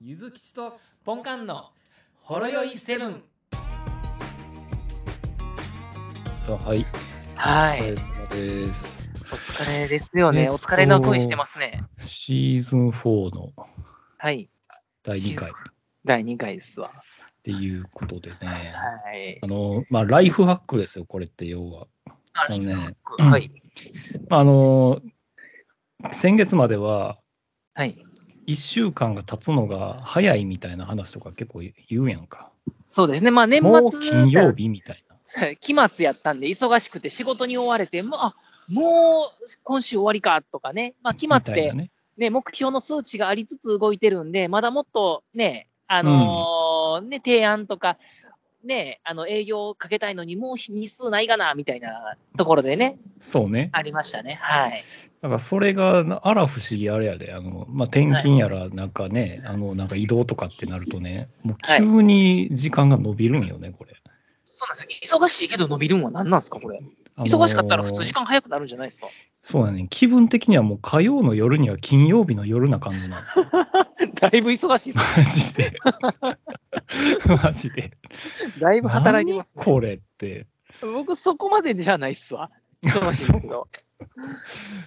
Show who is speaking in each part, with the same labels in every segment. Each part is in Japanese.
Speaker 1: ゆずきちとポンカンのほろよいセブン。
Speaker 2: あはい、
Speaker 3: は
Speaker 2: お疲
Speaker 3: い
Speaker 2: れ。様です。
Speaker 3: お疲れですよね。
Speaker 2: えっと
Speaker 3: お疲れの声してますね。
Speaker 2: シーズン4の
Speaker 3: はい。
Speaker 2: 第2回っ
Speaker 3: シーズン第2回ですわ。
Speaker 2: ていうことでね、
Speaker 3: はい
Speaker 2: あ。の、まあ、ライフハックですよ、これって要は。
Speaker 3: あ
Speaker 2: のね
Speaker 3: はい。
Speaker 2: あの、先月までは
Speaker 3: はい。
Speaker 2: 1週間が経つのが早いみたいな話とか結構言うやんか。
Speaker 3: そうですね。まあ年
Speaker 2: もう
Speaker 3: 末、
Speaker 2: 金曜日みたいな。
Speaker 3: 期末やったんで、忙しくて仕事に追われて、もう、あもう今週終わりかとかね。まあ期
Speaker 2: み
Speaker 3: 末
Speaker 2: たい
Speaker 3: で
Speaker 2: な、ね。
Speaker 3: ね、目標の数値がありつつ動いてるんで、まだもっとね、あのーね、提案とか、ね、あの営業をかけたいのに、もう日数ないかな、みたいなところでね、
Speaker 2: そうね。
Speaker 3: ありましたね。はい。
Speaker 2: だからそれがなあら不思議あれやで、あのまあ、転勤やらなんかね、あのなんか移動とかってなるとね、もう急に時間が伸びるんよね、これ。
Speaker 3: そうなんですよ。忙しいけど伸びるんは何なんですか、これ。
Speaker 2: あのー
Speaker 3: 忙しかったら普通時間早くなるんじゃないですか。
Speaker 2: そうだね、気分的にはもう火曜の夜には金曜日の夜な感じな んですよ、
Speaker 3: だいぶ忙しいで
Speaker 2: マジ で。マジで。
Speaker 3: す。だいぶ働いてます、
Speaker 2: 何これって、
Speaker 3: 僕、そこまでじゃないっすわ。忙しいけ ど。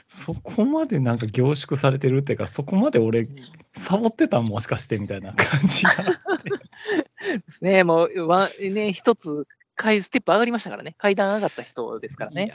Speaker 2: そこまでなんか凝縮されてるっていうか、そこまで俺、サボってたんもしかしてみたいな感じが。
Speaker 3: ですね、もう、わね、一つ、階ステップ上がりましたからね。階段上がった人ですから
Speaker 2: い
Speaker 3: ね。
Speaker 2: や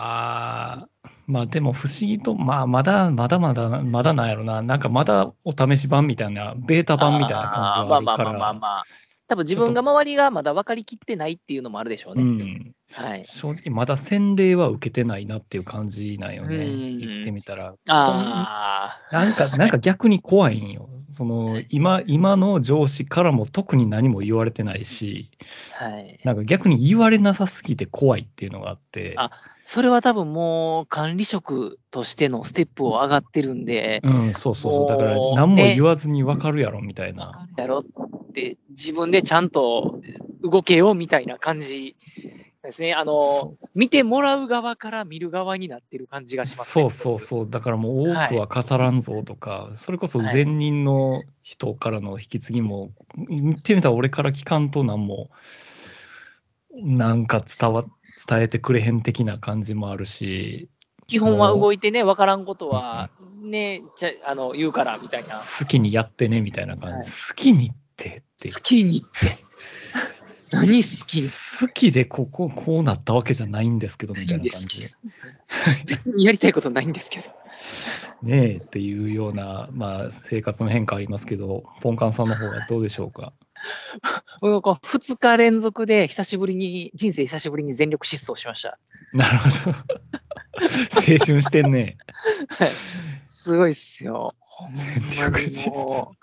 Speaker 2: ーまあでも不思議と、まあまだまだまだまだなんやろな、なんかまだお試し版みたいな、ベータ版みたいな感じがある
Speaker 3: まあ
Speaker 2: か
Speaker 3: まあまあまあ
Speaker 2: ら。
Speaker 3: まあ。多分自分が周りがまだ分かりきってないっていうのもあるでしょう
Speaker 2: う
Speaker 3: ね。
Speaker 2: ん、
Speaker 3: はい。
Speaker 2: 正直まだ洗礼は受けてないなっていう感じなんよね、
Speaker 3: うん
Speaker 2: 言ってみたら。
Speaker 3: あ
Speaker 2: そんなんか、なんか逆に怖いんよ。その、今、今の上司からも特に何も言われてないし、
Speaker 3: あ、はい。
Speaker 2: なんか逆に言われなさすぎて怖いっていうのがあって、
Speaker 3: あそれは多分もう管理職としてのステップを上がってるんで、
Speaker 2: うん、そうそうそう、だから
Speaker 3: もう
Speaker 2: 何も
Speaker 3: ね
Speaker 2: 言わずに分かるやろみたいな。
Speaker 3: やろって、自分でちゃんと動けよみたいな感じですね。あの、
Speaker 2: そう
Speaker 3: 見てもらう側から見る側になってる感じがします、
Speaker 2: そ
Speaker 3: ね。
Speaker 2: うそうそう、だからもう多くは語らんぞとか、それこそ前任の人からの引き継ぎも、言ってみたら俺から聞かんとなんも、なんか伝わ伝えてくれへん的な感じもあるし、
Speaker 3: 基本は動いてね、わからんことは、ね、ちゃあの言うからみたいな。
Speaker 2: 好きにやってねみたいな感じ、
Speaker 3: はい
Speaker 2: 好きにってって
Speaker 3: 好、きに って。何好きに
Speaker 2: 好きでこここうなったわけじゃないんですけどみたい
Speaker 3: いいん
Speaker 2: な
Speaker 3: で
Speaker 2: 感
Speaker 3: す
Speaker 2: じ
Speaker 3: けど。別にやりたいことないんですけど。
Speaker 2: ねえっていうような、まあ、生活の変化ありますけど、ポンカンさんの方はどうでしょうか。
Speaker 3: 僕こう2日連続で久しぶりに、人生久しぶりに全力疾走しました。
Speaker 2: なるほど。青春してんね。
Speaker 3: すごいっすよ。ほんまにもう。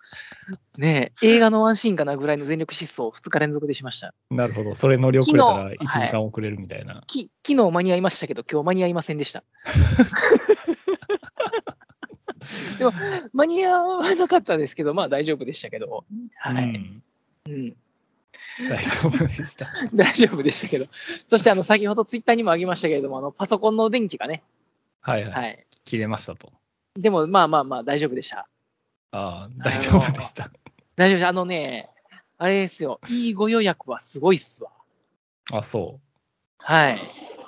Speaker 3: ねえ、映画のワンシーンかなぐらいの全力疾走を2日連続でしました。
Speaker 2: なるほど。それ乗り遅れたら
Speaker 3: 昨日
Speaker 2: 1時間遅れるみたいな。
Speaker 3: き昨日間に合いましたけど、今日間に合いませんで した。でも、間に合わなかったですけど、まあ大丈夫でしたけど、はい
Speaker 2: うん。大丈夫で した。
Speaker 3: 大丈夫でしたけど、そしてあの先ほどツイッターにもあげましたけれども、あのパソコンの電気がね、
Speaker 2: はいはい。
Speaker 3: はい、
Speaker 2: 切れましたと。
Speaker 3: でもまあまあまあ大丈夫でした。
Speaker 2: ああ、大丈夫でした。
Speaker 3: 大丈夫です。あのね、あれですよ、いいご予約はすごいっすわ。
Speaker 2: あ、そ
Speaker 3: は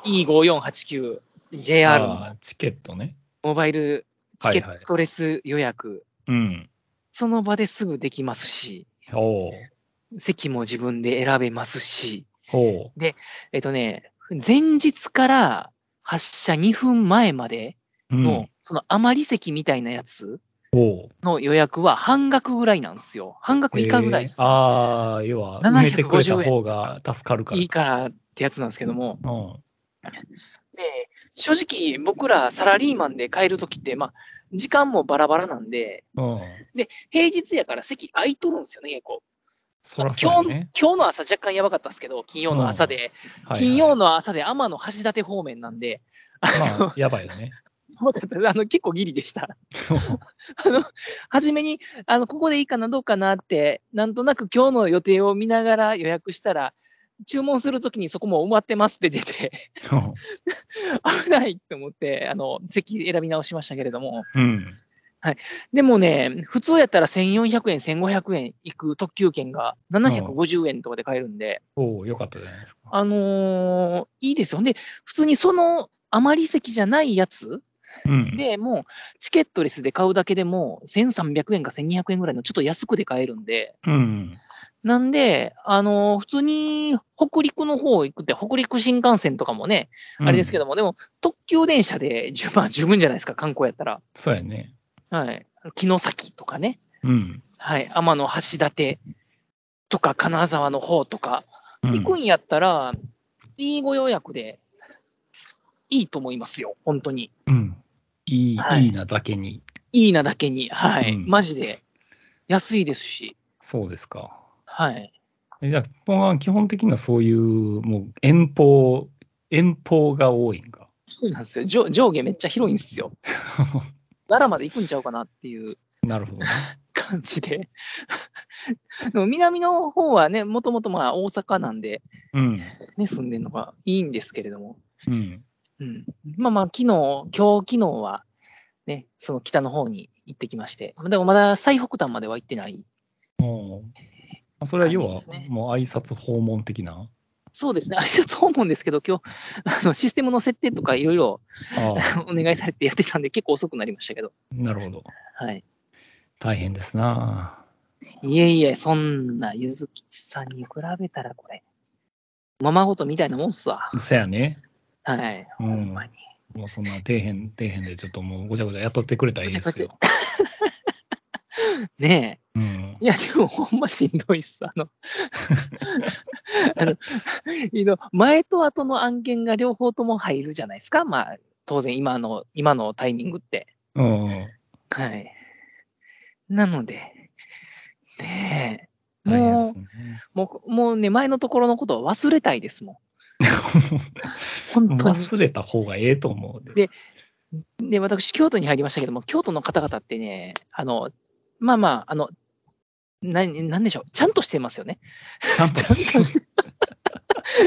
Speaker 3: い。E5489、
Speaker 2: う。
Speaker 3: JR の
Speaker 2: あーチケットね。
Speaker 3: モバイルチケットレス予約、
Speaker 2: うん。
Speaker 3: その場ですぐできますし、
Speaker 2: おう
Speaker 3: 席も自分で選べますし、
Speaker 2: ほ
Speaker 3: えっとね、前日から発車2分前まで
Speaker 2: う。うん、
Speaker 3: の、その余り席みたいなやつ
Speaker 2: おう
Speaker 3: の予約は半額ぐらいなんですよ。半額以下ぐらいです。
Speaker 2: えーああ、要は、埋めてくれた方が助かるから。
Speaker 3: いいからってやつなんですけども、
Speaker 2: うん。
Speaker 3: で、正直僕らサラリーマンで帰るときって、まあ、時間もバラバラなんで、
Speaker 2: うん。
Speaker 3: で、平日やから席空いとるんですよね、結構。
Speaker 2: そらそうや
Speaker 3: 今
Speaker 2: ね。
Speaker 3: 日今日の朝若干やばかったですけど、金曜の朝で、
Speaker 2: はいはい
Speaker 3: 金曜の朝で天の橋立方面なんで、
Speaker 2: まあ、やばいよね。
Speaker 3: そうだったあの結構ギリでした。あの初めにあの、ここでいいかな、どうかなって、なんとなく今日の予定を見ながら予約したら、注文するときにそこもう埋まってますって出て、危ないと思ってあの、席選び直しましたけれども、
Speaker 2: うん。
Speaker 3: でもね、普通やったら1400円、1500円行く特急券が750円とかで買えるんで、
Speaker 2: おお、よかったじゃないですか。
Speaker 3: あのーいいですよ。で、普通にその余り席じゃないやつ
Speaker 2: うん、
Speaker 3: でも、チケットレスで買うだけでも1300円か1200円ぐらいのちょっと安くで買えるんで、
Speaker 2: うん。
Speaker 3: なんで、あのー普通に北陸の方行くって、北陸新幹線とかもね、あれですけ
Speaker 2: ど。
Speaker 3: ども、でも特急電車で十まあ十分じゃないですか、観光やったら。
Speaker 2: そうやね。
Speaker 3: はい。城崎とかね。
Speaker 2: うん。
Speaker 3: はい、天橋立とか金沢の方とか、
Speaker 2: うん
Speaker 3: 行くんやったら、いいご予約でいいと思いますよ、本当に。
Speaker 2: うん。いい、、
Speaker 3: はいい
Speaker 2: いなだけに。
Speaker 3: いいなだけに、はい、
Speaker 2: うん
Speaker 3: マジで安いですし、
Speaker 2: そうですか。
Speaker 3: はい、
Speaker 2: えじゃあ、基本は基本的にはそういう、もう遠方、遠方が多いんか。
Speaker 3: そうなんですよ、上上下めっちゃ広いんです よ。奈良まで行くんちゃうかなっていう
Speaker 2: なるほ どね。
Speaker 3: 感じで。でも南の方はね、もともとまあ大阪なんで、
Speaker 2: うん。
Speaker 3: ね、住んでるのがいいんですけれども、
Speaker 2: うん。
Speaker 3: うん、まあまあ、昨日、今日、昨日は、ね、その北の方に行ってきまして、でもまだ最北端までは行ってない。
Speaker 2: もうまあ、それは要
Speaker 3: 感
Speaker 2: は
Speaker 3: じですね、
Speaker 2: もう挨拶訪問的な。
Speaker 3: そうですね、挨拶訪問ですけど、今日、あのシステムの設定とかいろいろ
Speaker 2: ああ、
Speaker 3: お願いされてやってたんで、結構遅くなりましたけど、
Speaker 2: なるほど。
Speaker 3: はい。
Speaker 2: 大変ですな。
Speaker 3: いえいえ、そんな、ゆずきちさんに比べたらこれ、ままごとみたいなもんっすわ。
Speaker 2: そやね。
Speaker 3: はい。
Speaker 2: うん
Speaker 3: ほんまに。
Speaker 2: もうそんな底辺、底辺でちょっともうごちゃごちゃ雇ってくれたらいいですよ。
Speaker 3: ね
Speaker 2: うん
Speaker 3: え。。いや、でもほんましんどいっす。あの、あの、いの前と後の案件が両方とも入るじゃないですか。まあ、当然今の、今のタイミングって。
Speaker 2: うん。
Speaker 3: はい。なので、ねえ、
Speaker 2: 大変
Speaker 3: も
Speaker 2: で
Speaker 3: う
Speaker 2: す、ね。
Speaker 3: もう、もうね、前のところのことは忘れたいです もん。本当に。
Speaker 2: 忘れた方がええと思うで。
Speaker 3: でで、私、京都に入りましたけども、京都の方々ってね、あの、まあまあ、あの、な、なんでしょう、ちゃんとしてますよね。
Speaker 2: ちゃんと
Speaker 3: ちゃんとして、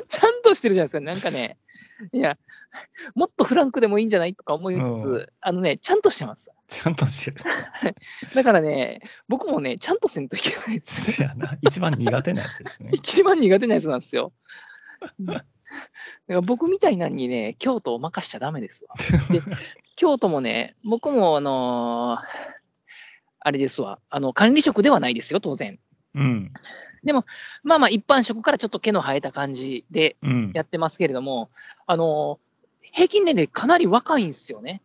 Speaker 3: ちゃんとしてるじゃないですか、なんかね、いや、もっとフランクでもいいんじゃないとか思いつつ、
Speaker 2: う
Speaker 3: あのね、ちゃんとしてます。
Speaker 2: ちゃんとしてる。
Speaker 3: だからね、僕もね、ちゃんとせんといけないです よ。
Speaker 2: そやな。一番苦手なやつですね。
Speaker 3: 一番苦手なやつなんですよ。だから僕みたいなんにね、京都を任しちゃダメですわ。で京都もね、僕も、あのーあれですわ、あの管理職ではないですよ、当然。
Speaker 2: うん。
Speaker 3: まあまあ、一般職からちょっと毛の生えた感じで
Speaker 2: うん。
Speaker 3: やってますけれども、あのー平均年齢かなり若いんですよね。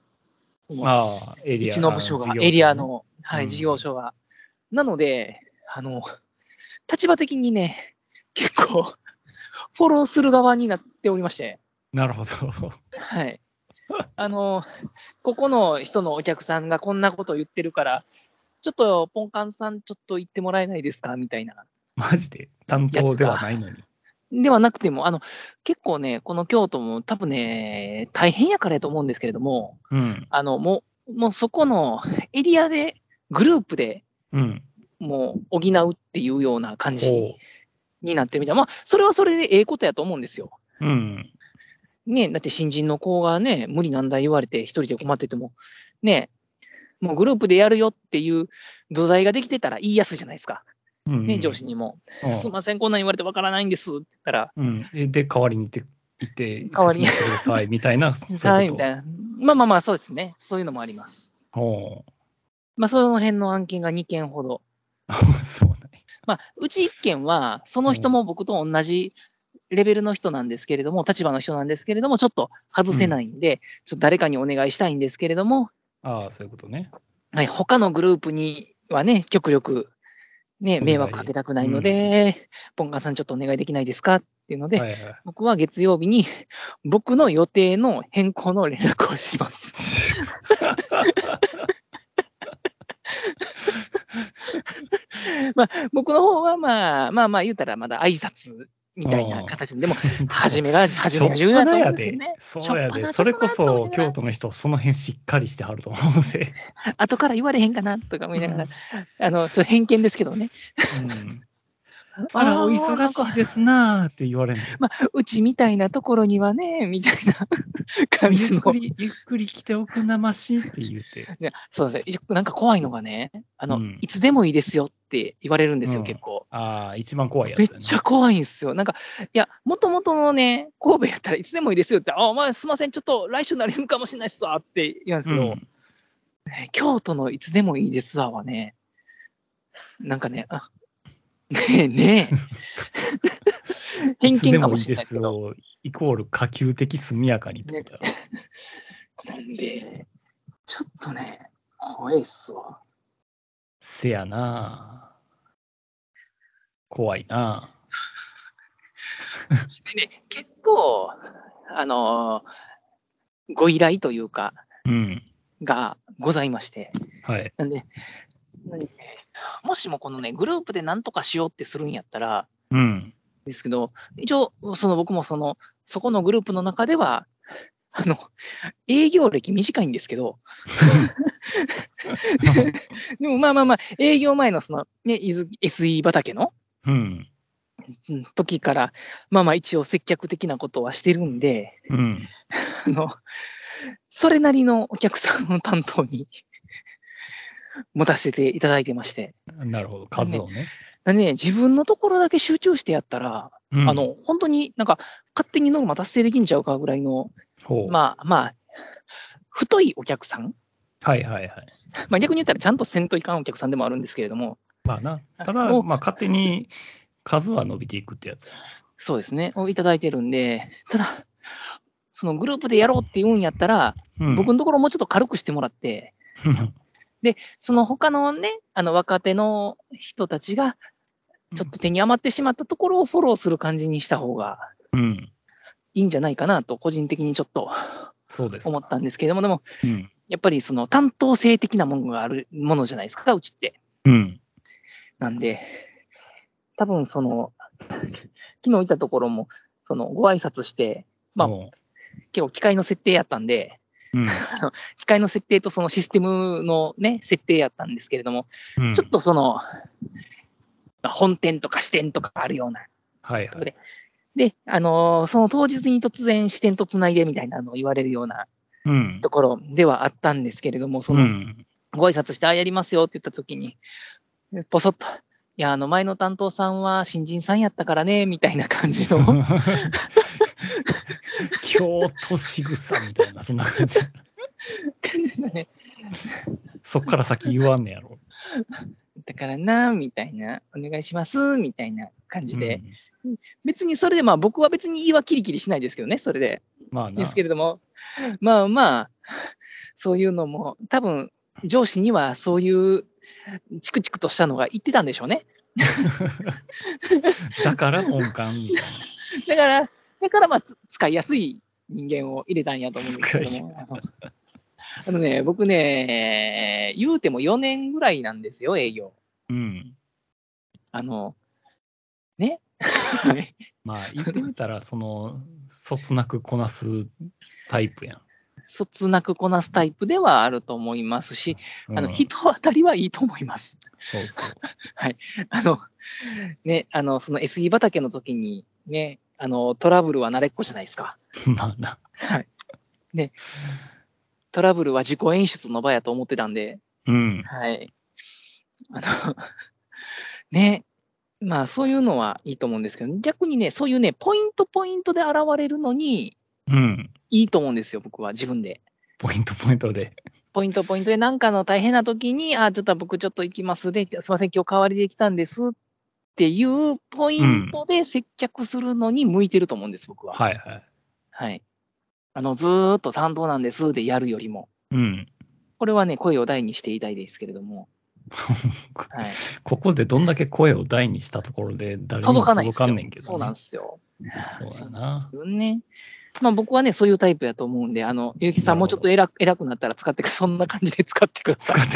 Speaker 2: ああ、エリ
Speaker 3: う
Speaker 2: ア
Speaker 3: ちの部署が、
Speaker 2: 事業
Speaker 3: エリアの、は
Speaker 2: うん
Speaker 3: い、事業所が。なので、あの、立場的にね、結構、フォローする側になっておりまして、
Speaker 2: なるほど。
Speaker 3: はい。あの、ここの人のお客さんがこんなこと言ってるから、ちょっとポンカンさん、ちょっと言ってもらえないですかみたいな。
Speaker 2: マジで担当ではないのに。
Speaker 3: ではなくても、あの、結構ね、この京都も多分ね、大変やからやと思うんですけれども、
Speaker 2: うん。
Speaker 3: あの、もう、もうそこのエリアで、グループで
Speaker 2: うん。
Speaker 3: もう補うっていうような感
Speaker 2: おう
Speaker 3: じになってるみたいな、まあ、それはそれでええことやと思うんですよ。
Speaker 2: うん。
Speaker 3: ね、だって新人の子がね、無理なんだ言われて、一人で困ってても、ね、もうグループでやるよっていう土台ができてたら言いやすいじゃないですか、
Speaker 2: うん
Speaker 3: ね、上司にも、
Speaker 2: うん
Speaker 3: すいません、こんなん言われてわからないんですって言ったら、
Speaker 2: うん。えで、代わりに行って、行って、
Speaker 3: 代わりに
Speaker 2: 説明してくださいみたいな。そう
Speaker 3: はいいうみ
Speaker 2: こ と
Speaker 3: たいな、まあまあまあ、そうですね、そういうのもあります。
Speaker 2: おう
Speaker 3: まあ、その辺の案件が2件ほど、
Speaker 2: そう なんや
Speaker 3: まあ、うち1件は、その人も僕と同じレベルの人なんですけれども、立場の人なんですけれども、ちょっと外せないんで、ちょっと誰かにお願いしたいんですけれども、
Speaker 2: ああ、そういうことね。
Speaker 3: はい、他のグループにはね、極力、ね、
Speaker 2: お願
Speaker 3: 迷
Speaker 2: い
Speaker 3: 惑かけたくないので、ポンカンさん、ちょっとお願いできないですかっていうので、
Speaker 2: はい はい。
Speaker 3: 僕は月曜日に 僕の予定の変更の連絡をします。 まあ、僕の方は、まあ、まあまあ言うたらまだ挨拶みたいな形で、でも、初めが、初めが重要だと思うんですよね。
Speaker 2: しょっぱなやで。そ
Speaker 3: しょっぱ
Speaker 2: うや
Speaker 3: な
Speaker 2: で。それこ
Speaker 3: しょっぱなと
Speaker 2: そ
Speaker 3: 思、いながら
Speaker 2: 京都の人、その辺しっかりしてはると思うので。
Speaker 3: 後から言われへんかなとか思いながら、あの、ちょっと偏見ですけどね。
Speaker 2: うんあら、お
Speaker 3: ーなん
Speaker 2: 忙
Speaker 3: か
Speaker 2: しいですなーって言われる
Speaker 3: うちみたいなところにはね、みたいな感じ
Speaker 2: ゆっ
Speaker 3: の
Speaker 2: く。り、ゆっくり来ておくんなましって言うて。
Speaker 3: ねそうですね。なんか怖いのがね、あの、
Speaker 2: うん
Speaker 3: いつでもいいですよって言われるんですよ、
Speaker 2: うん
Speaker 3: 結構。
Speaker 2: ああ、一番怖いやつ
Speaker 3: め
Speaker 2: や
Speaker 3: っ
Speaker 2: な。
Speaker 3: ちゃ怖いんですよ。なんか、いや、もともとのね、神戸やったらいつでもいいですよって、あ、お前すいません、ちょっと来週になれるかもしれないっすわって言うんですけど、
Speaker 2: うん
Speaker 3: ね京都のいつでもいいですわはね、なんかね、あ、ねえねえ、偏見かも しれないですけど、
Speaker 2: いつでもいいですよイコール下級的速やかにってことやろ
Speaker 3: なんで、ちょっとね、怖いっすわ。
Speaker 2: せやなあ怖いなあ
Speaker 3: でね、結構、あのーご依頼というか、
Speaker 2: うん。
Speaker 3: がございまして、
Speaker 2: はい。
Speaker 3: なんで、なんでもしもこのね、グループでなんとかしようってするんやったら、
Speaker 2: うん。
Speaker 3: ですけど、一応、その僕もその、そこのグループの中では、あの、営業歴短いんですけど、でもまあまあまあ、営業前のその、ね、伊豆 SE 畑の
Speaker 2: うん。
Speaker 3: うん時から、まあまあ一応接客的なことはしてるんで、
Speaker 2: うん。
Speaker 3: あの、それなりのお客さんの担当に 持たせていただいてまして。
Speaker 2: なるほど、数をね。
Speaker 3: なんでね、自分のところだけ集中してやったら、
Speaker 2: うん
Speaker 3: あ、の、本当になんか勝手にノルマ達成できんちゃうかぐらいの、
Speaker 2: ほう
Speaker 3: まあまあ、太いお客さん、
Speaker 2: はいはいはい。
Speaker 3: まあ、逆に言ったらちゃんとせんといかんお客さんでもあるんですけれども、
Speaker 2: まあな、ただ、
Speaker 3: お
Speaker 2: まあ勝手に数は伸びていくってやつや。
Speaker 3: そうですね、をいただいてるんで、ただ、そのグループでやろうって言うんやったら、
Speaker 2: うん
Speaker 3: 僕のところもうちょっと軽くしてもらって、その他のね、あの若手の人たちが、ちょっと手に余ってしまったところをフォローする感じにした方が
Speaker 2: うん。
Speaker 3: いいんじゃないかなと、個人的にちょっと
Speaker 2: そうです。
Speaker 3: 思ったんですけれども、でも、
Speaker 2: うん。
Speaker 3: やっぱりその担当性的なものがあるものじゃないですか、うちって。
Speaker 2: うん。
Speaker 3: なんで、多分その、 昨日いたところも、そのご挨拶して、まあ
Speaker 2: ほ
Speaker 3: 結構機械の設定やったんで、
Speaker 2: ううん。
Speaker 3: 機械の設定とそのシステムのね、設定やったんですけれども、
Speaker 2: うん
Speaker 3: ちょっ。とその、まあ本店とか支店とかあるような。
Speaker 2: はいはい。
Speaker 3: で、あのーその当日に突然支店とつないでみたいなのを言われるような
Speaker 2: うん。
Speaker 3: ところではあったんですけれども、その、ご挨拶して、あ、やりますよって言った時に、ポソッと、いや、あの、前の担当さんは新人さんやったからね、みたいな感じ
Speaker 2: う
Speaker 3: の、
Speaker 2: ん 京都仕草みたいな、そんな感じ。そっから先言わんねやろ。
Speaker 3: だからな、みたいな、お願いします、みたいな感じで、
Speaker 2: うん
Speaker 3: 別にそれで、まあ僕は別に言いはキリキリしないですけどね、それで。
Speaker 2: まあな。
Speaker 3: ですけれども、まあまあ、そういうのも、多分上司にはそういうチクチクとしたのが言ってたんでしょうね。
Speaker 2: だから音感みたい
Speaker 3: だ
Speaker 2: な。
Speaker 3: から、だからまあつ使いやすい人間を入れたんやと思うんですけども。 あのあのね、僕ね、言うても4年ぐらいなんですよ、営業。
Speaker 2: うん。
Speaker 3: あの、 ね。
Speaker 2: まあ言ってみたら、その、そつなくこなすタイプやん。
Speaker 3: そつなくこなすタイプではあると思いますし、あの
Speaker 2: うん
Speaker 3: 人当たりはいいと思います。
Speaker 2: そうそう。
Speaker 3: あの、ね、あの、その SE 畑の時に、ね、あの、トラブルは慣れっこじゃないですか。
Speaker 2: まあな。
Speaker 3: はい。ね、トラブルは自己演出の場やと思ってたんで、
Speaker 2: うん。
Speaker 3: はい。あの、ね、まあそういうのはいいと思うんですけど、逆にね、そういうね、ポイントポイントで現れるのに
Speaker 2: うん。
Speaker 3: いいと思うんですよ、僕は自分で。
Speaker 2: ポイントポイントで。
Speaker 3: ポイントポイントでなんかの大変な時に、あ、ちょっと僕ちょっと行きますで、じゃすいません、今日代わりで来たんですっていうポイントで接客するのに向いてると思うんです、僕は。
Speaker 2: はいはい。
Speaker 3: はい。あの、ずーっと担当なんですでやるよりも。
Speaker 2: うん。
Speaker 3: これはね、声を大にして言いたいですけれども。はい。
Speaker 2: ここでどんだけ声を大にしたところで誰にも
Speaker 3: 届かないで
Speaker 2: 届
Speaker 3: すよ。
Speaker 2: かんねんけど、ね、
Speaker 3: そうなんですよ。
Speaker 2: そうやな。
Speaker 3: ね。まあ僕はね、そういうタイプやと思うんで、あの、ゆうきさん
Speaker 2: なる
Speaker 3: も
Speaker 2: ほど
Speaker 3: うちょっと偉く偉くなったら使ってく、そんな感じで使ってくださ い。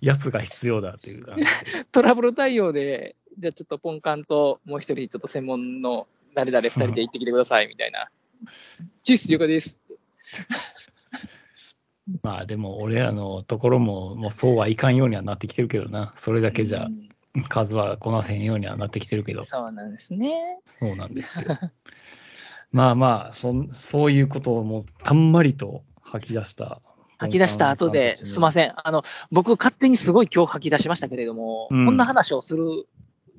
Speaker 2: やつが必要だっていう 感じで。
Speaker 3: トラブル対応で、じゃあちょっとポンカンともう一人ちょっと専門の誰々二人 で行ってきてくださいみたいな。チース、了解です。
Speaker 2: まあでも俺らのところももうそうはいかんようにはなってきてるけどなそれだけじゃ
Speaker 3: うん
Speaker 2: 数はこなせんようにはなってきてるけど
Speaker 3: そうなんですね。
Speaker 2: そうなんで すよまあまあそんそういうことをもうたんまりと吐き出した
Speaker 3: 吐き出した後で、すいま
Speaker 2: ん
Speaker 3: せん。あの、僕、勝手にすごい今日吐き出しましたけれども、
Speaker 2: うん
Speaker 3: こんな話をする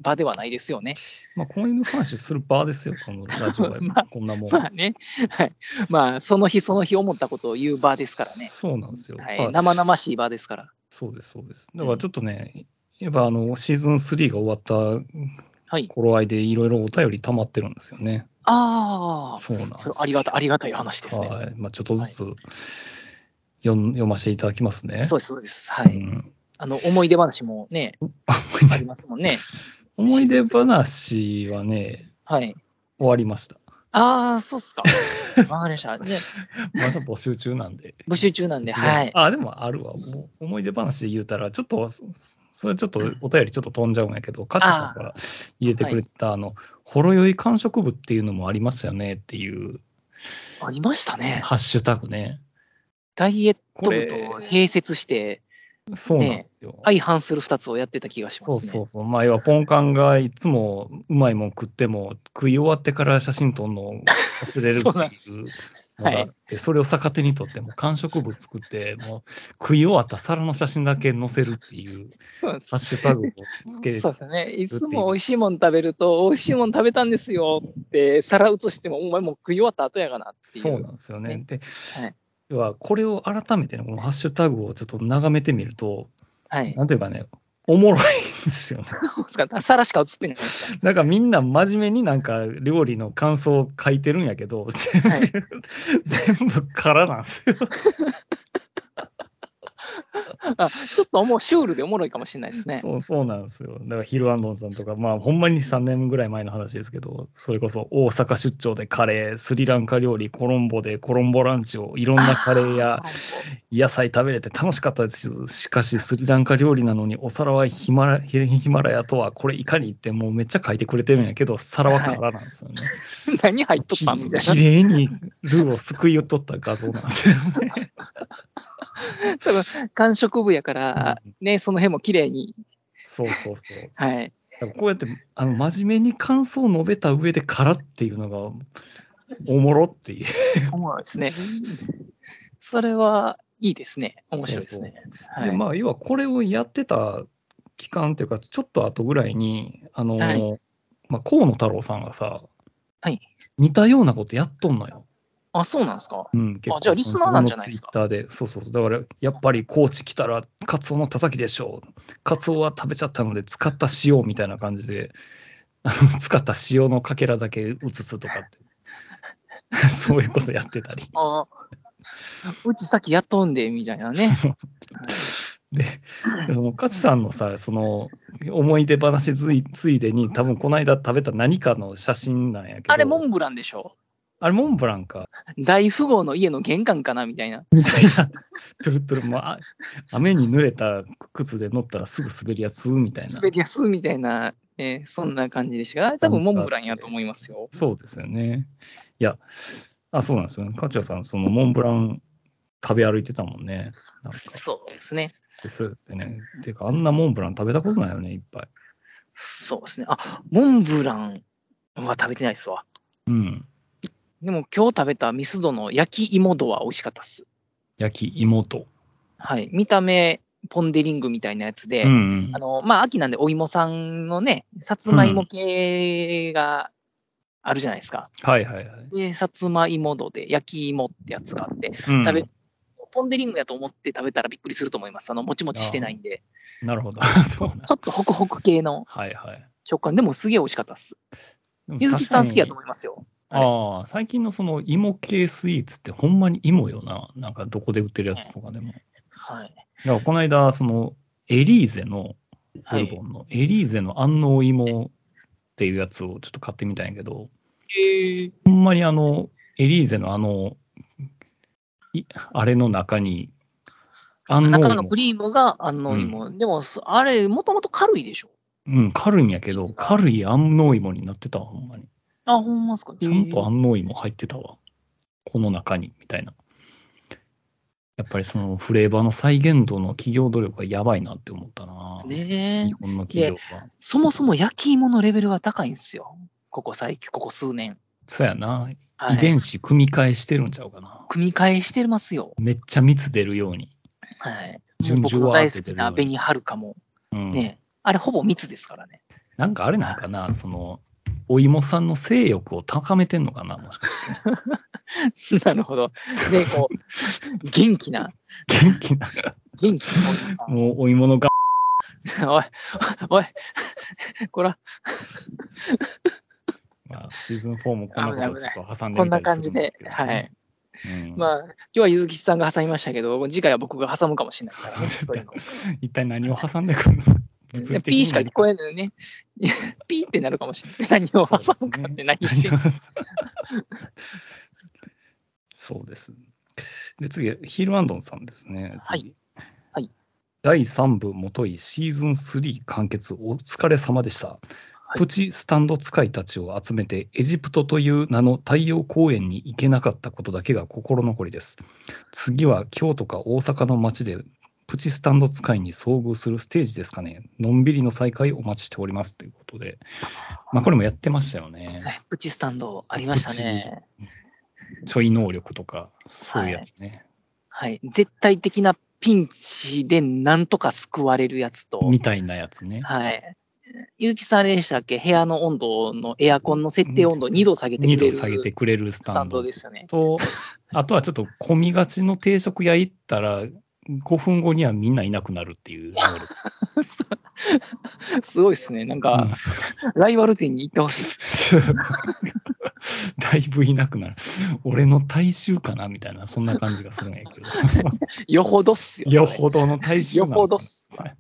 Speaker 3: 場ではないですよね。
Speaker 2: まあこういう話する場ですよこのラジオは
Speaker 3: まあ
Speaker 2: こんなもん、
Speaker 3: まあ ね、はい。まあ、その日その日思ったことを言う場ですからね。
Speaker 2: そうなんですよ、
Speaker 3: は
Speaker 2: ま
Speaker 3: い。
Speaker 2: あ
Speaker 3: 生々しい場ですから。
Speaker 2: そうです、そうです。だからちょっとね、やっぱあのシーズン3が終わった
Speaker 3: はい。
Speaker 2: 頃合いでいろいろお便り溜まってるんですよね。
Speaker 3: あ
Speaker 2: そうなんで
Speaker 3: あ、
Speaker 2: す
Speaker 3: それありがた、ありがたい話ですね。
Speaker 2: はい。まあ、ちょっとずつ読,、読ませていただきますね。
Speaker 3: そうです、そうです。はい。
Speaker 2: うん
Speaker 3: あの、思い出話も ね、ありますもんね。
Speaker 2: 思い出話はね、
Speaker 3: はい。
Speaker 2: 終わりました。
Speaker 3: ああ、そうっ すか。わかりました。ね、
Speaker 2: まだ募集中なんで。
Speaker 3: 募集中なんで、はい。
Speaker 2: あ、でもあるわ。もう思い出話で言うたら、ちょっと、そそれちょっとお便りちょっと飛んじゃうんやけど、カチさんが入れてくれてた、あの、ほろ酔い感触部っていうのもありましたよねっていう
Speaker 3: ありましたね。
Speaker 2: ハッシュタグね。
Speaker 3: ダイエット
Speaker 2: こ
Speaker 3: 部
Speaker 2: れ
Speaker 3: と併設して、
Speaker 2: そうなんですよ。
Speaker 3: 相反する2つをやってた気がします、
Speaker 2: そ
Speaker 3: ね。
Speaker 2: うそうそう。まあ、要はポンカンがいつもうまいもん食っても、食い終わってから写真撮るのを忘れるっ て
Speaker 3: そうなん
Speaker 2: いうのがあって、それを逆手にとっても、完食部作って、もう食い終わった皿の写真だけ載せるっていう
Speaker 3: そうなんです。
Speaker 2: ハッシュタグをつけ
Speaker 3: そうですね。いつも美味しいもん食べると、美味しいもん食べたんですよって、皿移しても、お前もう食い終わった後やがなっていう。
Speaker 2: そうなんですよね。
Speaker 3: ね
Speaker 2: で、
Speaker 3: はい
Speaker 2: 要はこれを改めてね、このハッシュタグをちょっと眺めてみると、
Speaker 3: はい。
Speaker 2: なんていうかね、おもろいんで すよね。
Speaker 3: そうですか。皿しか映ってないです
Speaker 2: なんかみんな真面目になんか料理の感想を書いてるんやけど、
Speaker 3: い
Speaker 2: 全部空なんですよ。
Speaker 3: か。あちょっともうシュールでおもろいかもしれないですね。
Speaker 2: そうそうなんですよ。だからヒルアンドンさんとか、まあほんまに3年ぐらい前の話ですけど、それこそ大阪出張でカレー、スリランカ料理、コロンボでコロンボランチをいろんなカレーや
Speaker 3: あー
Speaker 2: 野菜食べれて楽しかったですしかしスリランカ料理なのにお皿はヒマラヒヒマラヤとはこれいかにってもうめっちゃ書いてくれてるんやけど皿は空なんですよね。
Speaker 3: 何入っとったみたい
Speaker 2: 綺
Speaker 3: な。
Speaker 2: 麗にルーをすくいを取った画像なんで。
Speaker 3: 多分感触部やから、ね、その辺も綺麗に。
Speaker 2: そうそうそう。
Speaker 3: はい。
Speaker 2: だからこうやってあの真面目に感想を述べた上でからっていうのがおもろっていう。
Speaker 3: おもろいですね。それはいいですね。面白いですね。はい
Speaker 2: でまあ要はこれをやってた期間っていうかちょっと後ぐらいにあの、
Speaker 3: はい
Speaker 2: まあ、河野太郎さんがさ、
Speaker 3: はい
Speaker 2: 似たようなことやっとんのよ。
Speaker 3: あ、そうなんですか。
Speaker 2: うん、結構
Speaker 3: じゃあリスナーなんじゃないですか
Speaker 2: ツイッターで、そうそうそう、だからやっぱり高知来たら、カツオのたたきでしょう、カツオは食べちゃったので、使った塩みたいな感じで、 あの使った塩のかけらだけ移すとかって、 そういうことやってたり、
Speaker 3: あーうちさっきやっとんで、みたいなね。
Speaker 2: で、そのカチさんのさ、その思い出話ついついでに、多分この間食べた何かの写真なんやけど、
Speaker 3: あれ、モンブランでしょ
Speaker 2: あれモンブランか、
Speaker 3: 大富豪の家の玄関かなみたいな。
Speaker 2: みたいな、トゥルトゥル、まあ、雨に濡れた靴で乗ったらすぐ滑りやつみたいな
Speaker 3: 滑。りやすみたいな、ね、そんな感じでしたが、あれ多分モンブランやと思いますよ。
Speaker 2: そうですよね。いや、あ、そうなんですよね。カチャさん、そのモンブラン食べ歩いてたもんね。なんか、
Speaker 3: そうですね。
Speaker 2: でそうやってね。てか、あんなモンブラン食べたことないよね、いっぱい。
Speaker 3: そうですね。あ、モンブランは食べてないですわ。
Speaker 2: うん。
Speaker 3: でも今日食べたミスドの焼き芋度は美味しかったです。
Speaker 2: 焼き芋と。
Speaker 3: はい。見た目、ポンデリングみたいなやつで、
Speaker 2: うんうん
Speaker 3: あ。の、まあ、秋なんでお芋さんのね、さつまいも系があるじゃないですか。
Speaker 2: はいはいはい。
Speaker 3: で、さつまいも度で焼き芋ってやつがあって、
Speaker 2: うん
Speaker 3: 食べポンデリングやと思って食べたらびっくりすると思います。あの、もちもちしてないんで、
Speaker 2: な るほど。そうなん
Speaker 3: ちょっとホクホク系の
Speaker 2: はいはい。
Speaker 3: 食感、でもすげえ美味しかったっす。
Speaker 2: でも
Speaker 3: 水木さん好きやと
Speaker 2: 確
Speaker 3: 思いますよ。
Speaker 2: かにああ、最近のその芋系スイーツってほんまに芋よな。なんかどこで売ってるやつとかでも。
Speaker 3: はい。
Speaker 2: だからこの間、そのエリーゼの
Speaker 3: は
Speaker 2: ブル
Speaker 3: い
Speaker 2: ボンの、エリーゼの安納芋っていうやつをちょっと買ってみたんやけど、
Speaker 3: えー
Speaker 2: ほんまにあの、エリーゼのあの、いあれの中に、安納
Speaker 3: 中の
Speaker 2: 芋
Speaker 3: ク、リームが安納芋。でも、そあれ、もともと軽いでしょ。
Speaker 2: うん、軽いんやけど、軽い安納芋になってたわ、ほんまに。
Speaker 3: あ、ほんまっすか。
Speaker 2: ちゃんと
Speaker 3: へー
Speaker 2: 安納芋入ってたわ、この中に、みたいな。やっぱりそのフレーバーの再現度の企業努力がやばいなって思ったな。
Speaker 3: ね
Speaker 2: 日本の企業は。
Speaker 3: そもそも焼き芋のレベルが高いんですよ。ここ最近、ここ数年。
Speaker 2: そうやな。
Speaker 3: はい
Speaker 2: 遺伝子組み換えしてるんちゃうかな。
Speaker 3: 組み替えしてますよ。
Speaker 2: めっちゃ蜜出るように。
Speaker 3: はい。もう
Speaker 2: 順
Speaker 3: 僕
Speaker 2: 序
Speaker 3: の
Speaker 2: は合
Speaker 3: 大
Speaker 2: って
Speaker 3: 好
Speaker 2: て
Speaker 3: き
Speaker 2: るよ
Speaker 3: な
Speaker 2: うに
Speaker 3: 紅はるかも。
Speaker 2: うん
Speaker 3: ね、あれほぼ蜜ですからね。
Speaker 2: なんかあれなんかな、その、お芋さんの性欲を高めてんのかな、もしかし て。
Speaker 3: なるほど。で、こう、元気な、
Speaker 2: 元気な。
Speaker 3: 元気な。
Speaker 2: もうお芋のが、
Speaker 3: おい、おい、こら、
Speaker 2: まあ、シーズン4もこんなことをちょっと挟んで
Speaker 3: こん
Speaker 2: みた
Speaker 3: な
Speaker 2: り
Speaker 3: 感
Speaker 2: す
Speaker 3: じ
Speaker 2: るんで
Speaker 3: です
Speaker 2: け。ど、
Speaker 3: はい。。
Speaker 2: うん
Speaker 3: まあ、今日はゆずきさんが挟みましたけど、次回は僕が挟むかもしれないですからね。そういうの
Speaker 2: 一体何を挟んでくるの
Speaker 3: いやピーしか聞こえないよね。いや ピーってなるかもしれない。 何を挟むかって何してんの
Speaker 2: そうです。で、次、ヒールアンドンさんですね。
Speaker 3: はい
Speaker 2: 次
Speaker 3: はい
Speaker 2: 第3部もといシーズン3完結お疲れ様でした。
Speaker 3: い
Speaker 2: プチスタンド使いたちを集めてエジプトという名の太陽公園に行けなかったことだけが心残りです。次は京都か大阪の街でプチスタンド使いに遭遇するステージですかね。のんびりの再会お待ちしておりますということで、まあ、これもやってましたよね。
Speaker 3: はいプチスタンドありましたね。
Speaker 2: ちょい能力とか、そういうやつね。
Speaker 3: はい。絶対的なピンチでなんとか救われるやつと。
Speaker 2: みたいなやつね。
Speaker 3: はい。ゆうきさんあれでしたっけ部屋の温度のエアコンの設定温度を2度下げてくれ
Speaker 2: 2
Speaker 3: る
Speaker 2: 度下げてくれるス
Speaker 3: スタ
Speaker 2: タ
Speaker 3: ン
Speaker 2: ン
Speaker 3: ド
Speaker 2: ド
Speaker 3: ですよね。
Speaker 2: と、あとはちょっと混みがちの定食屋行ったら、5分後にはみんないなくなるっていう能力。
Speaker 3: すごいですね。なんか、ライバル店に行ってほしいです。
Speaker 2: うん だいぶいなくなる。俺の大衆かなみたいな、そんな感じがするんやけ ど。
Speaker 3: よほどっすよ。
Speaker 2: よほどの大衆
Speaker 3: よ
Speaker 2: なのかな
Speaker 3: ほどっす
Speaker 2: はい。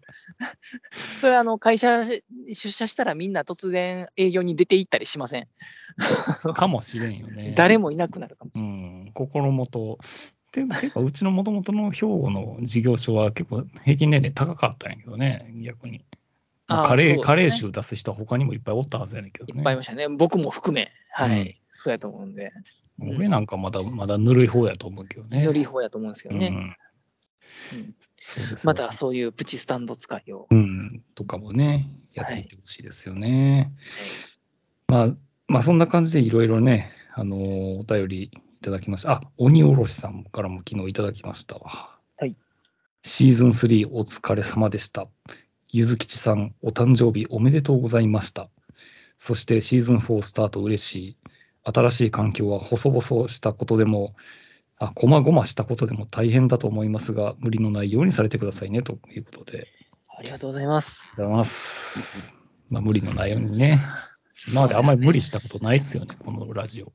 Speaker 3: それあの会社出社したらみんな突然営業に出て行ったりしません。
Speaker 2: かもしれんよね。
Speaker 3: 誰もいなくなるかもし
Speaker 2: う
Speaker 3: れない。
Speaker 2: ん、心もと。ていうか、結構うちのもともとの兵庫の事業所は結構平均年齢高かったんやけどね、逆に。まあ
Speaker 3: あー
Speaker 2: カレ
Speaker 3: そ
Speaker 2: ー、
Speaker 3: うですね
Speaker 2: カレー臭出す人は他にもいっぱいおったはずやねんけど
Speaker 3: いっぱいい
Speaker 2: ね。
Speaker 3: ましたね。僕も含め。はい。
Speaker 2: うん
Speaker 3: そうやと思うんで。うん
Speaker 2: 俺なんかまだまだぬるい方やと思うけどね。
Speaker 3: より方やと思うんですけど
Speaker 2: う
Speaker 3: ね。
Speaker 2: ん
Speaker 3: うん
Speaker 2: そうですよ
Speaker 3: またそういうプチスタンド使いを。
Speaker 2: うん、とかもね、やっていってほしいですよね。まあ、そんな感じでいろいろね、あのーお便りいただきました。あ、鬼おろしさんからも昨日いただきましたわ。
Speaker 3: はい。
Speaker 2: シーズン3お疲れ様でした。ゆずきちさん、お誕生日おめでとうございました。そしてシーズン4スタート嬉しい。新しい環境は細々したことでも、あ、こまごましたことでも大変だと思いますが、無理のないようにされてくださいね、ということで。
Speaker 3: ありがとうございます。
Speaker 2: ありがとうございます。まあ、無理のないようにね。今まであんまり無理したことないっすよね、このラジオ。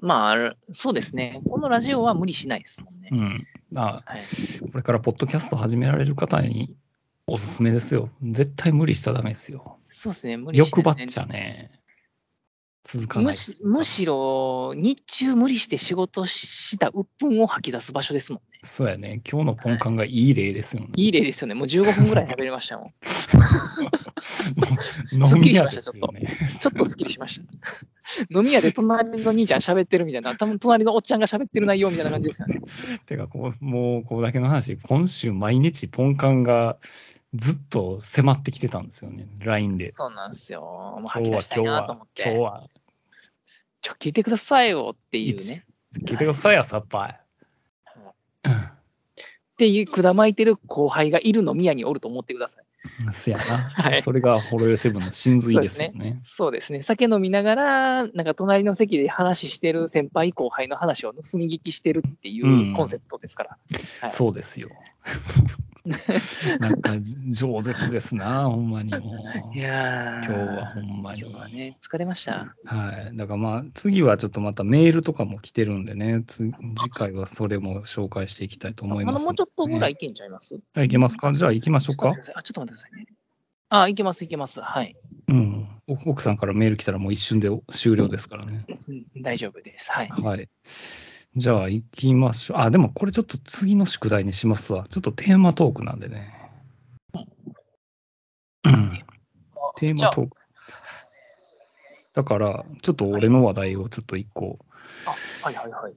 Speaker 3: まあある、そうですね。このラジオは無理しないですもんね。
Speaker 2: うん。まあ、
Speaker 3: はい、
Speaker 2: これからポッドキャスト始められる方におすすめですよ。絶対無理したらダメですよ。
Speaker 3: そうですね。無理し
Speaker 2: 欲
Speaker 3: て、
Speaker 2: 張
Speaker 3: ね、
Speaker 2: っちゃね、続かない
Speaker 3: む
Speaker 2: っ
Speaker 3: し
Speaker 2: す。
Speaker 3: むしろ、日中無理して仕事した鬱憤を吐き出す場所ですもんね。
Speaker 2: そうやね。今日のポンカンがいい例ですよね。
Speaker 3: いい例ですよね。もう15分ぐらい喋りました もん。
Speaker 2: の
Speaker 3: すっきりし
Speaker 2: 飲み屋
Speaker 3: ました
Speaker 2: ですよね
Speaker 3: ちょっとすっきりしました。飲み屋で隣の兄ちゃん喋ってるみたいな、多分隣のおっちゃんが喋ってる内容みたいな感じですよね。
Speaker 2: てかこう、もうこれだけの話、今週毎日ポンカンがずっと迫ってきてたんですよね、LINE で。
Speaker 3: そうなんですよ。もう
Speaker 2: 今
Speaker 3: 吐
Speaker 2: 日
Speaker 3: き
Speaker 2: は
Speaker 3: 出したい
Speaker 2: 今日
Speaker 3: な
Speaker 2: は
Speaker 3: と思っ
Speaker 2: 今日
Speaker 3: て。
Speaker 2: は
Speaker 3: ちょ、聞いてくださいよっていうね。
Speaker 2: 聞いてくださいよ、さっぱ
Speaker 3: っていう、くだまいてる後輩がいる飲み屋におると思ってください。
Speaker 2: い。せやな。
Speaker 3: はい
Speaker 2: それがホロヨセブンの真髄ですよね。
Speaker 3: そうですね。酒飲みながら、なんか隣の席で話してる先輩後輩の話を盗み聞きしてるっていううんコンセプトですから。はい
Speaker 2: そうですよ。なんか、饒舌で すな、ほんまにもう。
Speaker 3: いや
Speaker 2: 今
Speaker 3: ー
Speaker 2: 日はほんまに。
Speaker 3: 今日はね、疲れました。
Speaker 2: はい。だからまあ、次はちょっとまたメールとかも来てるんでね、つ次回はそれも紹介していきたいと思い
Speaker 3: あ
Speaker 2: ます、
Speaker 3: のもうちょっとぐらい
Speaker 2: い。
Speaker 3: いけんちゃいます、
Speaker 2: いけますかじゃあ行きましょ
Speaker 3: ちょっ
Speaker 2: う
Speaker 3: と
Speaker 2: か
Speaker 3: 待ってく。ださいあ、ちょっと待ってくださいね。あ、いけます、いけます。はい。
Speaker 2: うん。奥奥さんからメール来たらもう一瞬で終了ですからね。
Speaker 3: うん大丈夫です。はい。
Speaker 2: はい。じゃあ、行きましょう。あ、でもこれちょっと次の宿題にしますわ。ちょっとテーマトークなんでね。うんテーマトーク。だから、ちょっと俺の話題をちょっと一個、
Speaker 3: あ、はいはいはい。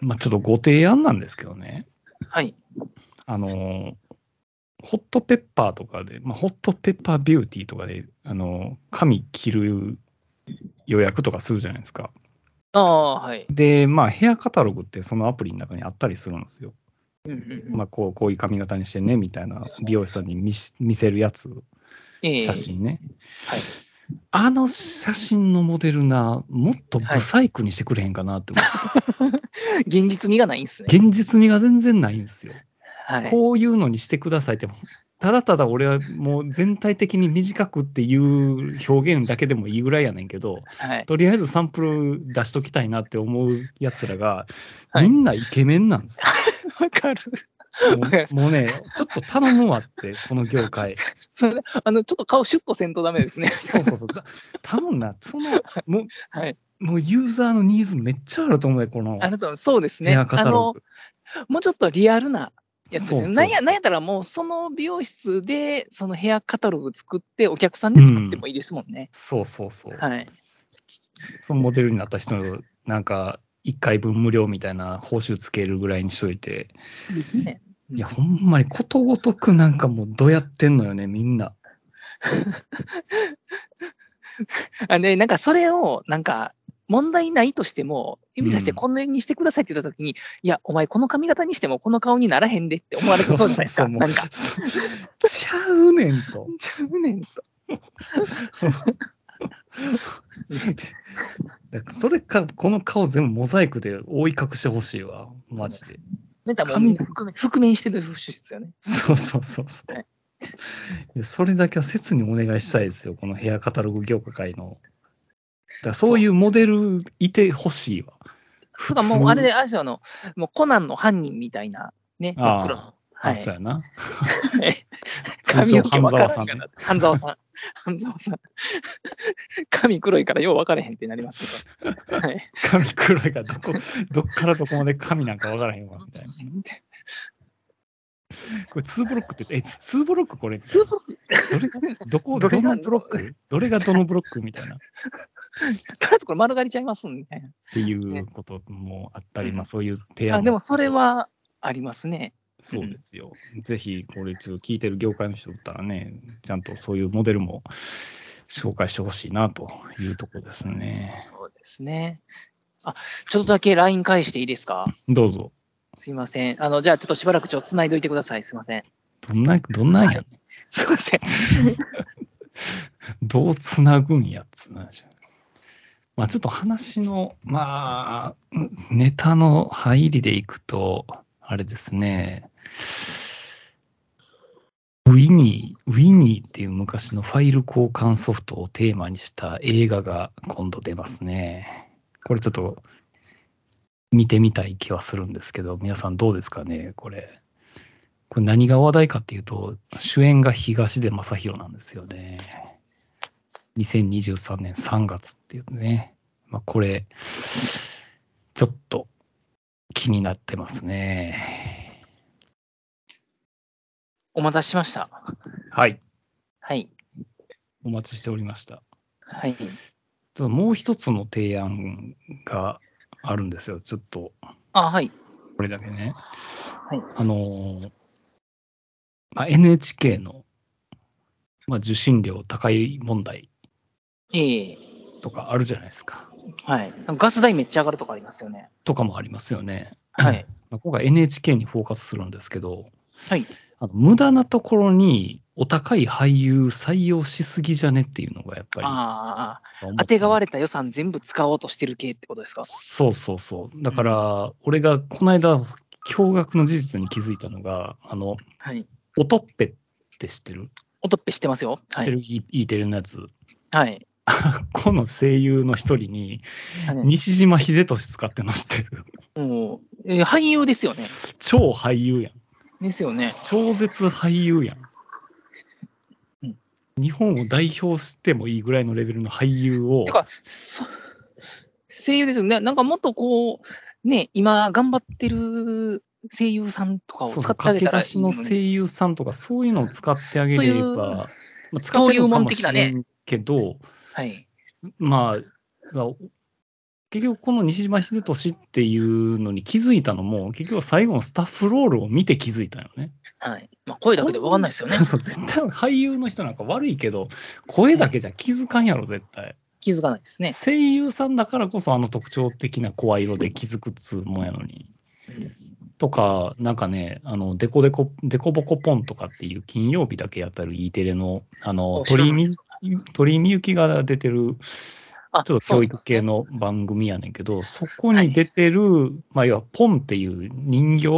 Speaker 2: まあ、ちょっとご提案なんですけどね。
Speaker 3: はい。
Speaker 2: あのーホットペッパーとかで、まあ、ホットペッパービューティーとかで、あのー髪切る予約とかするじゃないですか。
Speaker 3: ああ、はい。
Speaker 2: で、まあ、ヘアカタログってそのアプリの中にあったりするんですよ。
Speaker 3: うんうんうん
Speaker 2: まあ、こうこういう髪型にしてねみたいな美容師さんに見し見せるやつ、
Speaker 3: ええ
Speaker 2: 写真ね。
Speaker 3: はい
Speaker 2: あの写真のモデルな、もっとブサイクにしてくれへんかなって思う、
Speaker 3: 現実味がないんですね。
Speaker 2: 現実味が全然ないんですよ。
Speaker 3: はい。
Speaker 2: こういうのにしてくださいって、ただただ俺はもう全体的に短くっていう表現だけでもいいぐらいやねんけど、
Speaker 3: はい、
Speaker 2: とりあえずサンプル出しときたいなって思うやつらが、
Speaker 3: はい
Speaker 2: みんなイケメンなんです
Speaker 3: わかる。
Speaker 2: よ。
Speaker 3: わか ります
Speaker 2: もうもうね、ちょっと頼むわって、この業界。
Speaker 3: それあの、ちょっと顔シュッとせんとダメですね。
Speaker 2: そうそうそう。だ多分な、その、も
Speaker 3: はい。
Speaker 2: う、もうユーザーのニーズめっちゃあると思うよ、この
Speaker 3: あなた、そうです
Speaker 2: ヘ
Speaker 3: ね。
Speaker 2: ア
Speaker 3: あ
Speaker 2: カタロ
Speaker 3: の
Speaker 2: グ。、
Speaker 3: もうちょっとリアルなやつです
Speaker 2: そうそう
Speaker 3: ね。
Speaker 2: そう
Speaker 3: なんや、なんやったらもう、その美容室で、そのヘアカタログ作って、お客さんで作ってもいいですもんね。
Speaker 2: そうそうそう。
Speaker 3: はい。
Speaker 2: そのモデルになった人の、なんか、1回分無料みたいな報酬つけるぐらいにしといて、
Speaker 3: ですね。
Speaker 2: いや、ほんまにことごとくなんかもう、どうやってんのよね、みんな。
Speaker 3: あで、なんかそれを、なんか、問題ないとしても、指さして
Speaker 2: うん
Speaker 3: こんなにしてくださいって言ったときに、いや、お前、この髪型にしてもこの顔にならへんでって思われることじゃないです
Speaker 2: そ
Speaker 3: か。
Speaker 2: うそう
Speaker 3: なんか、
Speaker 2: そうちゃうねんと。
Speaker 3: ちゃうねんと。
Speaker 2: だからそれか、この顔全部モザイクで覆い隠してほしいわ、マジで。
Speaker 3: なんかもう
Speaker 2: 髪
Speaker 3: みんな覆面、覆面してる不思ですよ ね。
Speaker 2: そうそうそうそう
Speaker 3: はい。
Speaker 2: いやそれだけは切にお願いしたいですよ、このヘアカタログ業界の。だからそういうモデルいてほしいわ。
Speaker 3: とか、もうあれで、あれですよ、あの、もうコナンの犯人みたいな、ね、
Speaker 2: あ
Speaker 3: 真っ
Speaker 2: あ
Speaker 3: 黒の。は
Speaker 2: あ、
Speaker 3: い
Speaker 2: そう。やな。
Speaker 3: 髪の毛分からんか
Speaker 2: ね
Speaker 3: な。半沢さん。半沢さん。髪黒いからよう分からへんってなりますけど。はい。
Speaker 2: 髪黒いからどこ、 どっからどこまで髪なんかわからへんわ、みたいな。これ2ブロックって、え、2ブロックこれ
Speaker 3: スープ
Speaker 2: どれどこ、
Speaker 3: ど
Speaker 2: ど
Speaker 3: れが
Speaker 2: のブロックどれがどのブロックみたいな。っ
Speaker 3: からとこれ丸刈りちゃいますみたい
Speaker 2: ていうこともあったり、
Speaker 3: ね
Speaker 2: まあそういう提
Speaker 3: な。
Speaker 2: 案
Speaker 3: あでもそれ。はありますね。
Speaker 2: そうですよ。ぜひ、これちょっと聞いてる業界の人だったらね、ちゃんとそういうモデルも紹介してほしいなというところですね。
Speaker 3: そうですね。あ、ちょっとだけ LINE 返していいですか
Speaker 2: どうぞ。
Speaker 3: すいません。あの、じゃあちょっとしばらくちょっと繋いどいてください。すいません。
Speaker 2: どんな、どんなんや、
Speaker 3: はいすいません。
Speaker 2: どうつなぐんやっつうなじゃんまあちょっと話の、まあ、んネタの入りでいくと、あれですね、ウィニー、ウィニーっていう昔のファイル交換ソフトをテーマにした映画が今度出ますね。これちょっと見てみたい気はするんですけど、皆さんどうですかね、これ。これ何が話題かっていうと、主演が東出昌大なんですよね。2023年3月っていうね。まあ、これ、ちょっと気になってますね。
Speaker 3: お待たせしました。
Speaker 2: はい。
Speaker 3: はい。
Speaker 2: お待ちしておりました。
Speaker 3: はい。
Speaker 2: ちょっともう一つの提案があるんですよ。ちょっと、
Speaker 3: あ、はい。
Speaker 2: これだけね。
Speaker 3: い
Speaker 2: あのーまあ、NHK の、まあ、受信料高い問題
Speaker 3: ええ
Speaker 2: とかあるじゃないですか。
Speaker 3: はい。ガス代めっちゃ上がるとかありますよね。
Speaker 2: とかもありますよね。
Speaker 3: はい。
Speaker 2: まあ今回 NHK にフォーカスするんですけど、
Speaker 3: はい
Speaker 2: あの無駄なところにお高い俳優採用しすぎじゃねっていうのがやっぱり
Speaker 3: ああ、
Speaker 2: 思って
Speaker 3: 当てがわれた予算全部使おうとしてる系ってことですか
Speaker 2: そうそうそうだから俺がこの間驚愕の事実に気づいたのがあの
Speaker 3: はい。
Speaker 2: おとっぺって知ってる
Speaker 3: おとっぺ知ってますよ。
Speaker 2: 知
Speaker 3: は
Speaker 2: って
Speaker 3: い。
Speaker 2: る、い、E テレのやつ
Speaker 3: はい。
Speaker 2: この声優の一人に
Speaker 3: はい
Speaker 2: 西島秀俊使ってましてる
Speaker 3: もう、えー俳優ですよね。
Speaker 2: 超俳優やん
Speaker 3: ですよね。
Speaker 2: 超絶俳優や
Speaker 3: うんん。
Speaker 2: 日本を代表してもいいぐらいのレベルの俳優を
Speaker 3: て、か、そ声優ですよね。なんかもっとこう、ね、今頑張ってる声優さんとかを
Speaker 2: そう
Speaker 3: 使
Speaker 2: そう
Speaker 3: ってあげ
Speaker 2: 駆け
Speaker 3: たら
Speaker 2: 出
Speaker 3: い
Speaker 2: し
Speaker 3: い
Speaker 2: の
Speaker 3: の
Speaker 2: 声
Speaker 3: に。
Speaker 2: 優さんとか、そういうのを使ってあげ
Speaker 3: そうい
Speaker 2: れば、
Speaker 3: う
Speaker 2: まあ、使ってるのかもし
Speaker 3: 登竜門的な
Speaker 2: れんけど、
Speaker 3: はい。
Speaker 2: まあ、結局この西島秀俊っていうのに気づいたのも、結局最後のスタッフロールを見て気づいたよね。
Speaker 3: はい。まあ、声だけで分かんないですよね。
Speaker 2: そう絶対俳優の人なんか悪いけど、声だけじゃ気づかんやろ、絶対。
Speaker 3: 気づかないですね。
Speaker 2: 声優さんだからこそあの特徴的な声色で気づくっつうもんやのに。とか、なんかね、あの、デコデコ、デコボコポンとかっていう金曜日だけやったる E テレの、あの、
Speaker 3: お知らな
Speaker 2: 鳥居
Speaker 3: い
Speaker 2: み鳥居みゆきが出てる、
Speaker 3: あ
Speaker 2: ちょっと教育系
Speaker 3: の。
Speaker 2: の番組やねんけど、そこに出てる、まあ、要はポンっていう人形、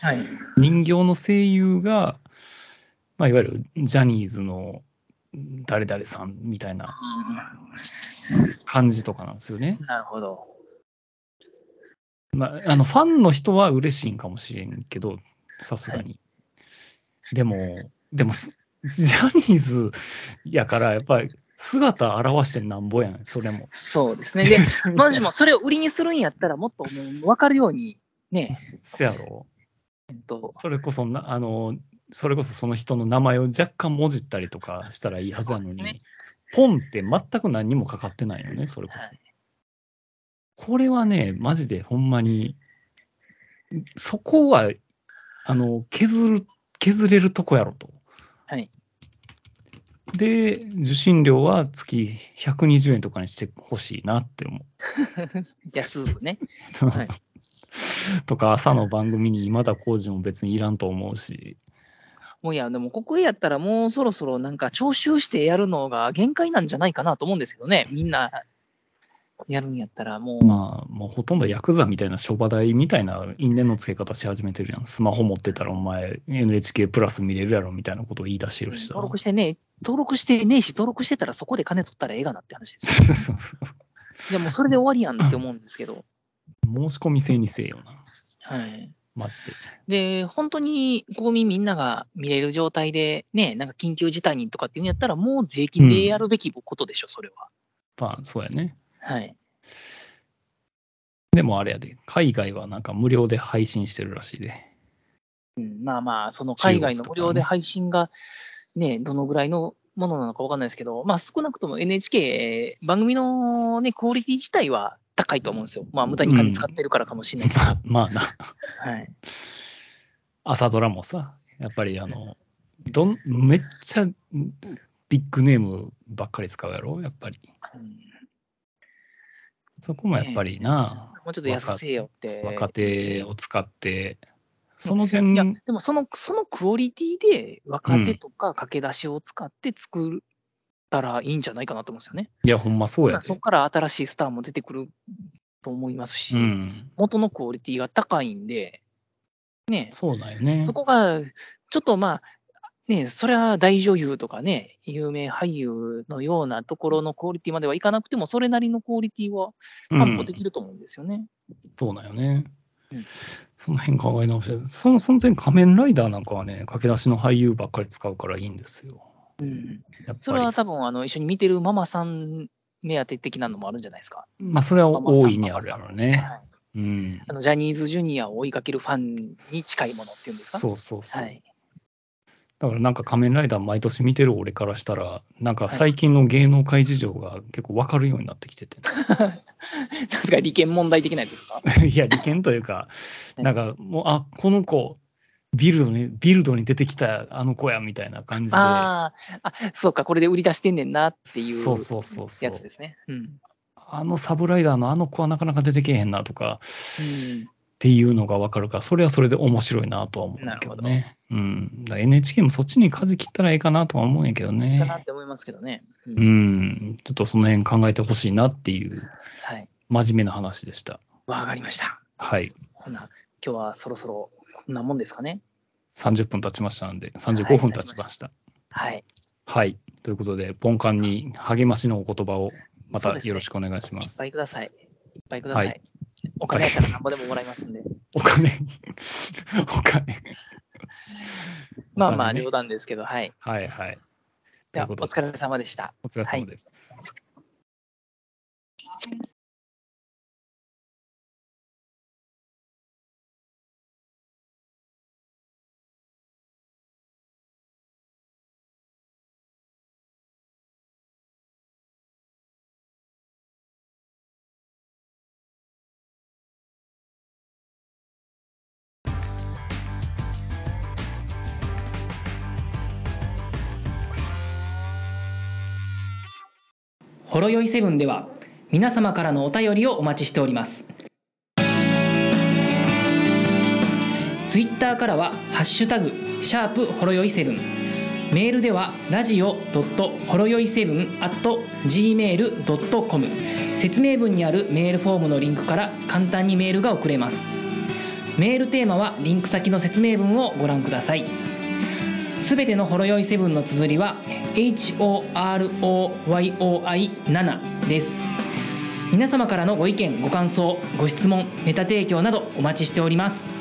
Speaker 3: はい。
Speaker 2: 人形の声優が、まあ、いわゆるジャニーズの誰々さんみたいな感じとかなんですよね。
Speaker 3: なるほど。
Speaker 2: まあ、あのファンの人は嬉しいんかもしれんけど、さすがに。でも、でも、 すジャニーズやから、やっぱり姿表してなんぼやん、それも。
Speaker 3: そうです ね。で、まあでもそれを売りにするんやったら、もっともう分かるように、ね、
Speaker 2: せやろ。
Speaker 3: えっと、
Speaker 2: それこそな、あの、それこそその人の名前を若干もじったりとかしたらいいはずなの
Speaker 3: そ
Speaker 2: に、
Speaker 3: うです
Speaker 2: ポンって全く何にもかかってないよね、それこそ。
Speaker 3: はい
Speaker 2: これはね、マジでほんまに、そこは、あの、削る、削れるとこやろと。
Speaker 3: はい。
Speaker 2: で、受信料は月120円とかにしてほしいなって思う。
Speaker 3: 安くね。い
Speaker 2: とか、朝の番組に今田耕司も別にいらんと思うし。
Speaker 3: もういや、でも国営やったらもうそろそろなんか徴収してやるのが限界なんじゃないかなと思うんですけどね。みんなやるんやったらもう。
Speaker 2: まあ、もうほとんどヤクザみたいな諸話代みたいな因縁のつけ方し始めてるやん。スマホ持ってたらお前 NHK プラス見れるやろみたいなことを言い出してるしさ。
Speaker 3: 登録してね、登録してねえし、登録してたらそこで金取ったらええがなって話ですよ。いや、もうそれで終わりやんって思うんですけど。
Speaker 2: 申し込み制にせえよな。
Speaker 3: はい。
Speaker 2: マジで。
Speaker 3: で、本当に国民みんなが見れる状態で、ね、なんか緊急事態にとかっていうんやったら、もう税金でやるべきことでしょ、それは。
Speaker 2: まあ、そうやね。
Speaker 3: はい。
Speaker 2: でもあれやで、海外はなんか無料で配信してるらしいで。
Speaker 3: うん、まあまあ、その海外の無料で配信が、ね、どのぐらいのものなのかわかんないですけど、まあ少なくとも NHK、番組のね、クオリティ自体は高いと思うんですよ。まあ無駄に金使ってるからかもしれないですけど。
Speaker 2: まあ、まあな、
Speaker 3: はい。
Speaker 2: 朝ドラもさ、やっぱりあの、どんめっちゃビッグネームばっかり使うやろ、やっぱり。
Speaker 3: うん
Speaker 2: そこもやっぱりな、
Speaker 3: もうちょっと安せよって。
Speaker 2: 若手を使って、その
Speaker 3: いや
Speaker 2: 点、、
Speaker 3: でもその、そのクオリティで若手とか駆け出しを使って作ったらいいんじゃないかなと思うんですよね。
Speaker 2: いや、ほんまそうや
Speaker 3: そこ
Speaker 2: で。
Speaker 3: から新しいスターも出てくると思いますし、
Speaker 2: うん、
Speaker 3: 元のクオリティが高いんで、ね、
Speaker 2: そうだよね
Speaker 3: そ。こがちょっとまあ、ね、それは大女優とかね、有名俳優のようなところのクオリティまではいかなくても、それなりのクオリティは担保できると思うんですよね。
Speaker 2: そうだよね
Speaker 3: うん。
Speaker 2: その辺考え直して、そのその点、仮面ライダーなんかはね、駆け出しの俳優ばっかり使うからいいんですよ。
Speaker 3: うん
Speaker 2: やっ
Speaker 3: そ
Speaker 2: ぱ
Speaker 3: れ
Speaker 2: り
Speaker 3: は多分あの一緒に見てるママさん目当て的なのもあるんじゃないですか。
Speaker 2: まあ、それは
Speaker 3: ママさん
Speaker 2: 大いにあるやろうね。
Speaker 3: はい
Speaker 2: うん。
Speaker 3: あのジャニーズジュニアを追いかけるファンに近いものっていうんですか。
Speaker 2: そうそうそう。
Speaker 3: はい、
Speaker 2: だからなんか仮面ライダー毎年見てる俺からしたら、なんか最近の芸能界事情が結構わかるようになってき てて、
Speaker 3: 確か利権問題的なやつですか。
Speaker 2: い、や、利権というか、なんかもう、あこの子、ビルドに、ビルドに出てきたあの子やみたいな感じで、
Speaker 3: あーあ、そうか、これで売り出してんねんなっていう
Speaker 2: そうそうそうそう
Speaker 3: やつですね。うん
Speaker 2: あのサブライダーのあの子はなかなか出てけえへんなとか
Speaker 3: うん
Speaker 2: っていうのがわかるから、それはそれで面白いなとは思うんだけどね。うん、だから NHK もそっちに舵切ったらええかなとは思うんやけど
Speaker 3: かなっ
Speaker 2: ね。
Speaker 3: て思いますけどね。うん
Speaker 2: うん、ちょっとその辺考えてほしいなっていう
Speaker 3: はい。
Speaker 2: 真面目な話でした。
Speaker 3: わかりました。
Speaker 2: はい。
Speaker 3: こんな、今日はそろそろこんなもんですかね。
Speaker 2: 30分経ちましたので、35分経ちました。
Speaker 3: はい。
Speaker 2: はい。ということで、ポンカンに励ましのお言葉をま
Speaker 3: そ
Speaker 2: た
Speaker 3: うですね
Speaker 2: よろしくお願いしま
Speaker 3: いっ
Speaker 2: す。
Speaker 3: ぱいください。いっぱいください。
Speaker 2: はい
Speaker 3: お金やったらなんぼでももらいますんで。
Speaker 2: お金、お金。
Speaker 3: まあまあ、
Speaker 2: ね
Speaker 3: 冗談ですけど、はい。
Speaker 2: はいはい。
Speaker 3: では、お
Speaker 2: ということで
Speaker 3: 疲れ様でした。
Speaker 2: お疲れ様です。
Speaker 3: ほろよいセブンでは皆様からのお便りをお待ちしておりますツイッターからは「ハッシュタグシャープほろよいセブン」メールではラジオドットほろよいセブン at gmail.com 説明文にあるメールフォームのリンクから簡単にメールが送れますメールテーマはリンク先の説明文をご覧くださいすべてのほろ酔いセブンの綴りは HOROYOI7 です皆様からのご意見ご感想ご質問ネタ提供などお待ちしております